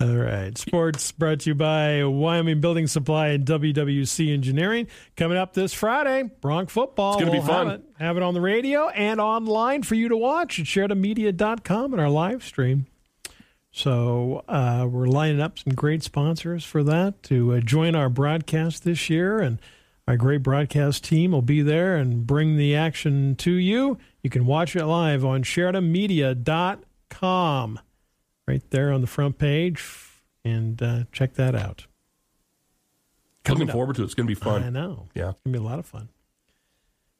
All right. Sports brought to you by Wyoming Building Supply and WWC Engineering. Coming up this Friday, Bronx football. It's gonna be We'll fun. Have it, have it on the radio and online for you to watch at sharedamedia.com and our live stream. So uh, we're lining up some great sponsors for that to uh, join our broadcast this year, and our great broadcast team will be there and bring the action to you. You can watch it live on SheridanMedia.com, right there on the front page, and uh, check that out. Looking forward to it. It's going to be I fun. know. Yeah. It's going to be a lot of fun.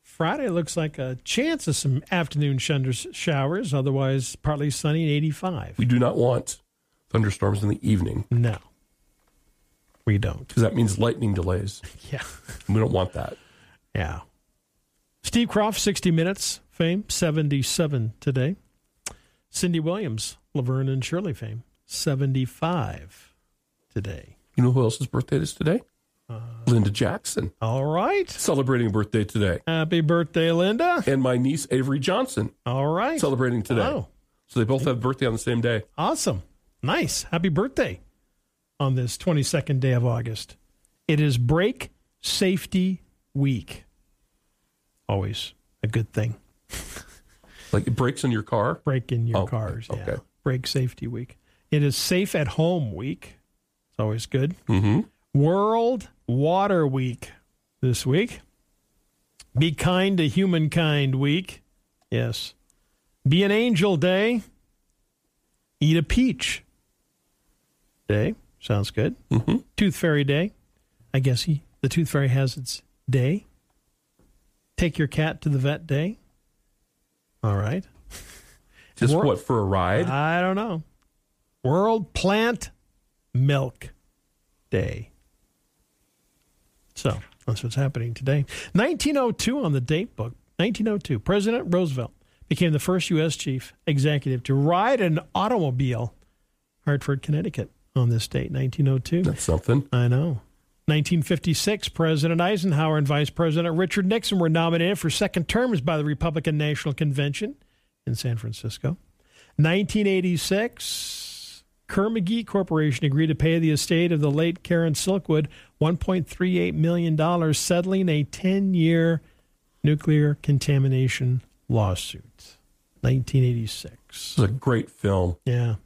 Friday looks like a chance of some afternoon shunders, showers, otherwise partly sunny and 85. We do not want thunderstorms in the evening No, we don't. because that means lightning delays. Yeah. We don't want that. Yeah. Steve Croft, 60 Minutes fame, 77 today. Cindy Williams, Laverne and Shirley fame, 75 today. You know who else's birthday is today? Linda Jackson All right. celebrating a birthday today, Happy birthday, Linda. and my niece Avery Johnson All right. celebrating today. Oh, So they both have birthday on the same day. awesome. Nice. Happy birthday on this 22nd day of August. It is Break Safety Week. Always a good thing. Like it breaks in your car. break in your Oh, cars. Yeah. okay. Break safety week. It is safe at home week. It's always good. Mm-hmm. World Water Week this week. Be kind to humankind week. Yes. Be an angel day. Eat a peach day. Sounds good. Mm-hmm. Tooth Fairy Day. I guess he, the Tooth Fairy has its day. Take your cat to the vet day. All right. Just Wor- what for a ride? I don't know. World Plant Milk Day. So that's what's happening today. 1902 on the date book. 1902, President Roosevelt became the first U.S. chief executive to ride an automobile, Hartford, Connecticut, on this date, 1902. That's something. I know. 1956, President Eisenhower and Vice President Richard Nixon were nominated for second terms by the Republican National Convention in San Francisco. 1986, Kerr McGee Corporation agreed to pay the estate of the late Karen Silkwood $1.38 million, settling a 10 year nuclear contamination lawsuit. 1986. This is a great film. Yeah.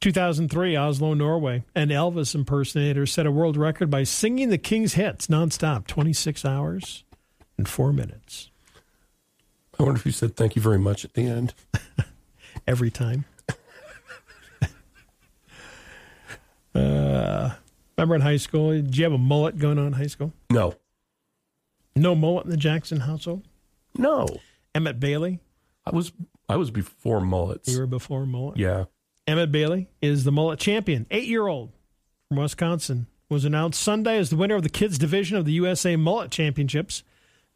2003, Oslo, Norway. An Elvis impersonator set a world record by singing the King's hits nonstop, 26 hours and four minutes I wonder if you said thank you very much at the end. every time. uh, Uh, remember in high school, did you have a mullet going on in high school? No, No mullet in the Jackson household? no. Emmett Bailey, I was I was before mullets. you were before mullet. yeah, Emmett Bailey is the mullet champion. Eight year old from Wisconsin was announced Sunday as the winner of the kids division of the USA Mullet Championships,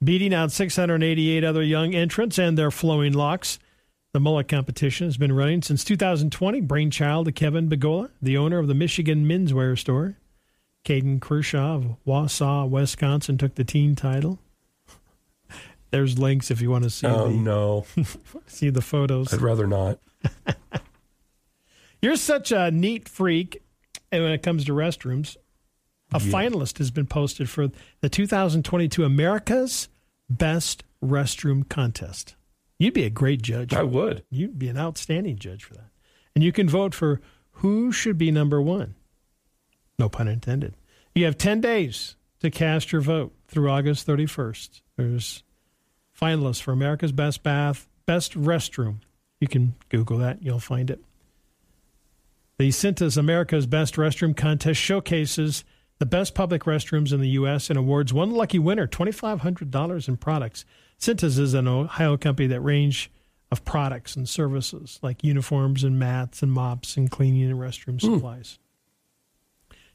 beating out 688 other young entrants and their flowing locks. The mullet competition has been running since 2020. Brainchild of Kevin Begola, the owner of the Michigan menswear store. Caden Kershaw of Wausau, Wisconsin, took the team title. There's links if you want to see oh the no, see the photos. I'd rather not. You're such a neat freak and when it comes to restrooms. A finalist has been posted for the 2022 America's Best Restroom Contest. You'd be a great judge. I would. You'd be an outstanding judge for that. And you can vote for who should be number one. No pun intended. You have 10 days to cast your vote through August 31st. There's finalists for America's Best Bath, Best Restroom. You can Google that, you'll find it. The Cintas America's Best Restroom Contest showcases the best public restrooms in the U.S. and awards one lucky winner $2,500 in products. Cintas is an Ohio company that range of products and services like uniforms and mats and mops and cleaning and restroom supplies.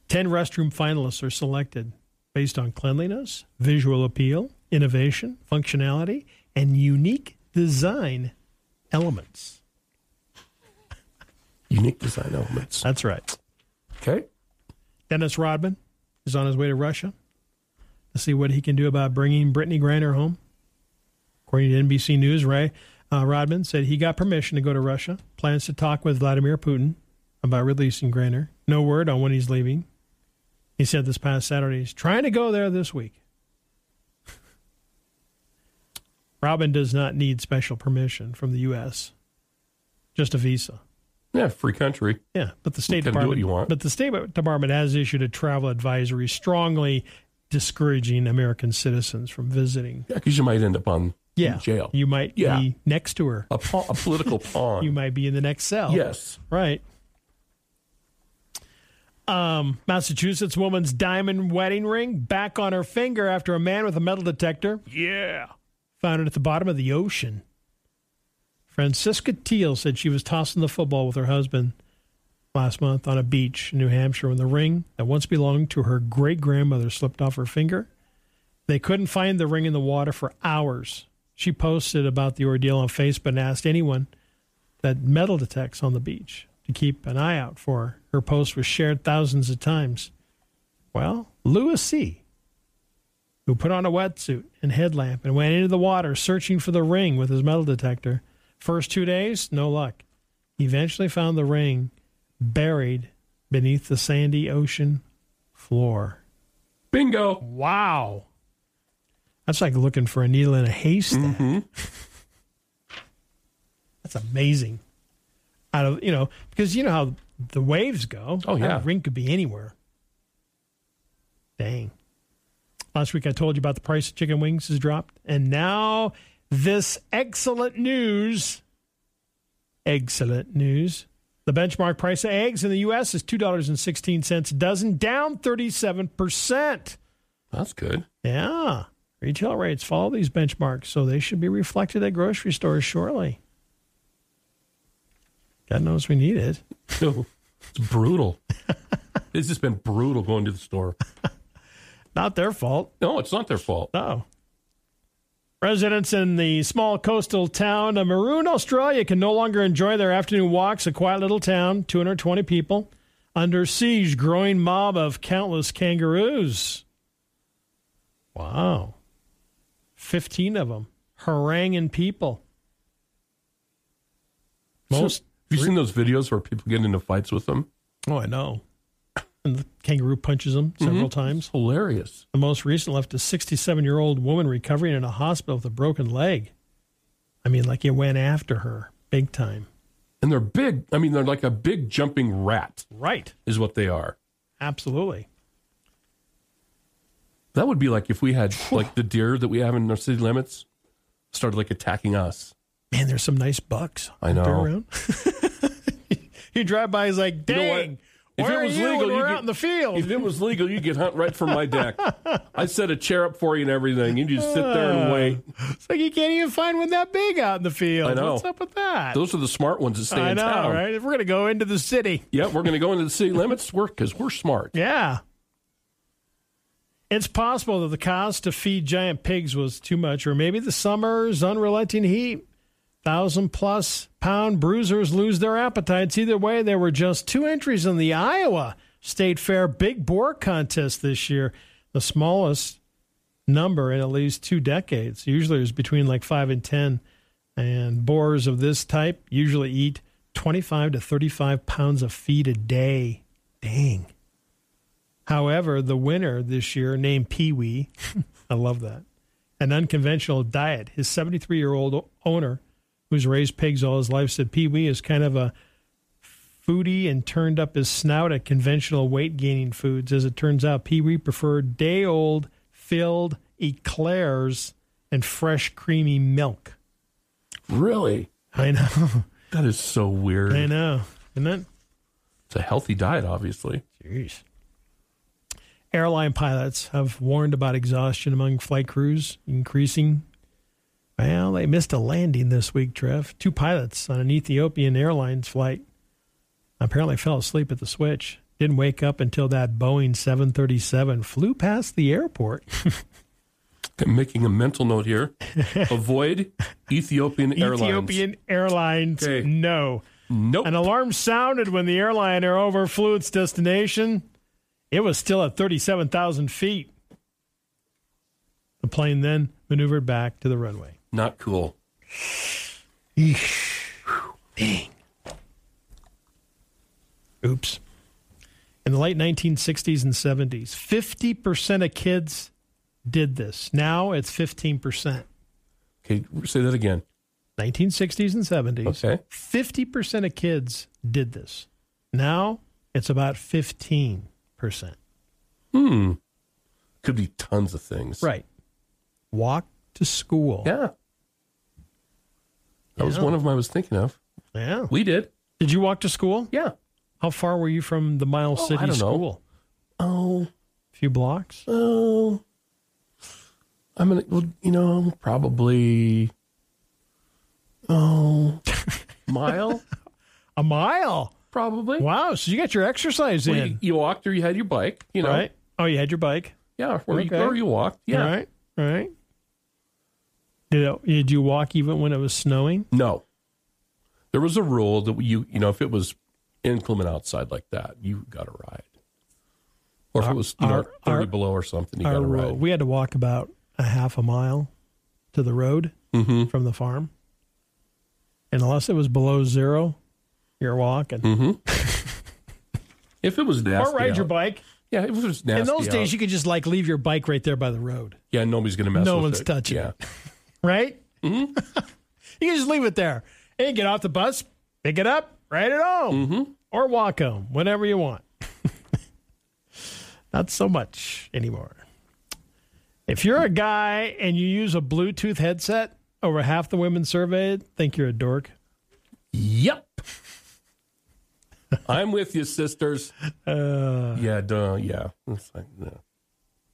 Ten restroom finalists are selected based on cleanliness, visual appeal, innovation, functionality, and unique design elements. Unique design elements. That's right. Okay, Dennis Rodman is on his way to Russia to see what he can do about bringing Brittany Griner home. According to NBC News, Ray uh, Rodman said he got permission to go to Russia, plans to talk with Vladimir Putin about releasing Grainer. No word on when he's leaving. He said this past Saturday he's trying to go there this week. Robin does not need special permission from the U.S. Just a visa. Yeah, free country. Yeah, but the State can do what Department. you want. But the State Department has issued a travel advisory strongly discouraging American citizens from visiting. Yeah, because you might end up on Yeah, in jail. You might Yeah. be next to her. a, pa- a political pawn. You might be in the next cell. yes. Right. Um, Massachusetts woman's diamond wedding ring back on her finger after a man with a metal detector Yeah. found it at the bottom of the ocean. Francisca Teal said she was tossing the football with her husband last month on a beach in New Hampshire when the ring that once belonged to her great grandmother slipped off her finger. They couldn't find the ring in the water for hours. She posted about the ordeal on Facebook and asked anyone that metal detects on the beach to keep an eye out for her. Her post was shared thousands of times. Well, Louis C., who put on a wetsuit and headlamp and went into the water searching for the ring with his metal detector. First two days, no luck. He eventually found the ring buried beneath the sandy ocean floor. Bingo. Wow. That's like looking for a needle in a haystack. Mm-hmm. That's amazing. Out of you know, because you know how the waves go. Oh, yeah. That ring could be anywhere. Dang. Last week I told you about the price of chicken wings has dropped, and now this excellent news. Excellent news. The benchmark price of eggs in the U.S. is two dollars and sixteen cents a dozen, down thirty-seven percent. That's good. Yeah. Retail rates follow these benchmarks, so they should be reflected at grocery stores shortly. God knows we need it. No, it's brutal. it's just been brutal going to the store. Not their fault. No, it's not their fault. No. Residents in the small coastal town of Maroon, Australia can no longer enjoy their afternoon walks. A quiet little town, 220 people, under siege, growing mob of countless kangaroos. Wow. 15 of them haranguing people. Most. Have you seen those videos where people get into fights with them? Oh, I know. And the kangaroo punches them several times. It's hilarious. The most recent left a 67 year old woman recovering in a hospital with a broken leg. I mean, like it went after her big time. And they're big. I mean, they're like a big jumping rat, Right. is what they are. Absolutely. That would be like if we had like the deer that we have in our city limits started like attacking us. Man, there's some nice bucks. I out there know. Around. you drive by, he's like, know what? dang, If where it are was you legal, when you we're could- out in the field? Oh, If it was legal, you could hunt right from my deck. I set a chair up for you and everything. You just sit there and wait. It's like you can't even find one that big out in the field. I know. What's up with that? Those are the smart ones that stay I in know, town. right? If we're going to go into the city. Yeah, we're going to go into the city limits work because we're smart. Yeah. It's possible that the cost to feed giant pigs was too much, or maybe the summer's unrelenting heat. Thousand plus pound bruisers lose their appetites. Either way, there were just two entries in the Iowa State Fair Big Boar Contest this year, the smallest number in at least two decades. Usually it's between like five and 10. And boars of this type usually eat 25 to 35 pounds of feed a day. Dang. However, the winner this year, named Pee Wee, I love that, an unconventional diet. His 73 year old owner, who's raised pigs all his life, said Pee Wee is kind of a foodie and turned up his snout at conventional weight gaining foods. As it turns out, Pee Wee preferred day old filled eclairs and fresh, creamy milk. Really? I know. That is so weird. I know. Isn't it? It's a healthy diet, obviously. Jeez. Airline pilots have warned about exhaustion among flight crews increasing. Well, they missed a landing this week, Trev. Two pilots on an Ethiopian Airlines flight apparently fell asleep at the switch. Didn't wake up until that Boeing 737 flew past the airport. Okay, making a mental note here. Avoid Ethiopian Airlines. Ethiopian Airlines, Okay. no. Nope. An alarm sounded when the airliner overflew its destination. It was still at 37,000 feet. The plane then maneuvered back to the runway. Not cool. Oops. In the late 1960s and 70s, 50% of kids did this. Now it's 15%. Okay, say that again. 1960s and 70s, Okay. 50% of kids did this. Now it's about 15%. Hmm. Could be tons of things. Right. Walk to school. Yeah. That was Yeah. one of them I was thinking of. Yeah. We did. Did you walk to school? Yeah. How far were you from the Mile Oh, I City don't know. School? Oh, A few blocks? oh. I'm gonna. Well, you know, probably. Oh, mile A mile. probably. Wow. So you got your exercise Well, you, in, you walked or you had your bike. You know. right? Oh, you had your bike. Yeah. Or, Okay. you, or you walked. Yeah. All right. All right. Did, it, did you walk even when it was snowing? No. There was a rule that you you know if it was inclement outside like that, you got a ride. Or if it was you our- know thirty our- below or something, you Our got a road. ride. We had to walk about a half a mile to the road Mm-hmm. from the farm. And unless it was below zero, you're walking. Mm-hmm. if it was nasty, Or ride your out- bike. Yeah, if it was nasty. In those days, out, you could just like leave your bike right there by the road, yeah, nobody's gonna mess. No with one's it. touching Yeah, right? Mm-hmm. you can just leave it there and get off the bus, pick it up, ride it home, Mm-hmm. or walk home, whatever you want. Not so much anymore. If you're a guy and you use a Bluetooth headset, over half the women surveyed think you're a dork. yep. I'm with you, sisters. Uh, yeah, duh, yeah. It's like, no.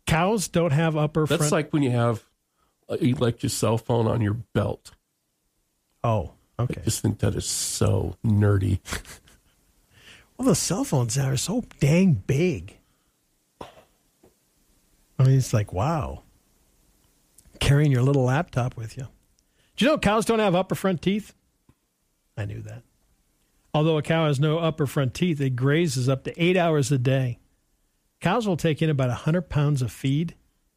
Cows don't have upper That's front. like when you have uh, you like your cell phone on your belt. oh, okay. Just think that is so nerdy. Well, the cell phones now are so dang big. I mean, it's like, wow. Carrying your little laptop with you. Do you know cows don't have upper front teeth? I knew that. Although a cow has no upper front teeth, it grazes up to eight hours a day. Cows will take in about 100 pounds of feed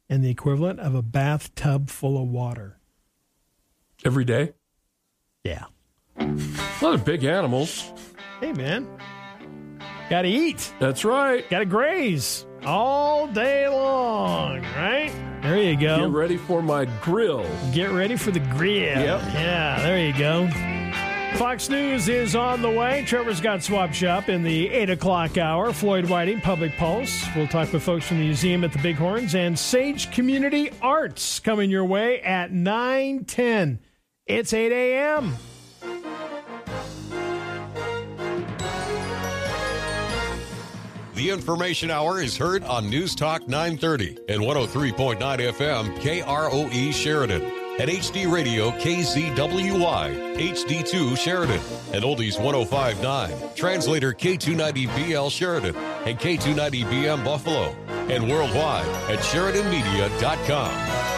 and the equivalent of a bathtub full of water. Every day? Yeah. Well, they're big animals. Hey, man. Gotta eat. That's right. Got to graze all day long, right? There you go. Get ready for my grill. Get ready for the grill. Yep. Yeah, there you go. Fox News is on the way. Trevor's got Swap Shop in the 8 o'clock hour. Floyd Whiting, Public Pulse. We'll talk with folks from the museum at the Bighorns and Sage Community Arts coming your way at 9.10. It's 8 a.m. The Information Hour is heard on News Talk 930 and 103.9 FM KROE E Sheridan. At HD Radio KZWY, HD2 Sheridan, and Oldies 1059, translator K290BL Sheridan, and K290BM Buffalo, and worldwide at SheridanMedia.com.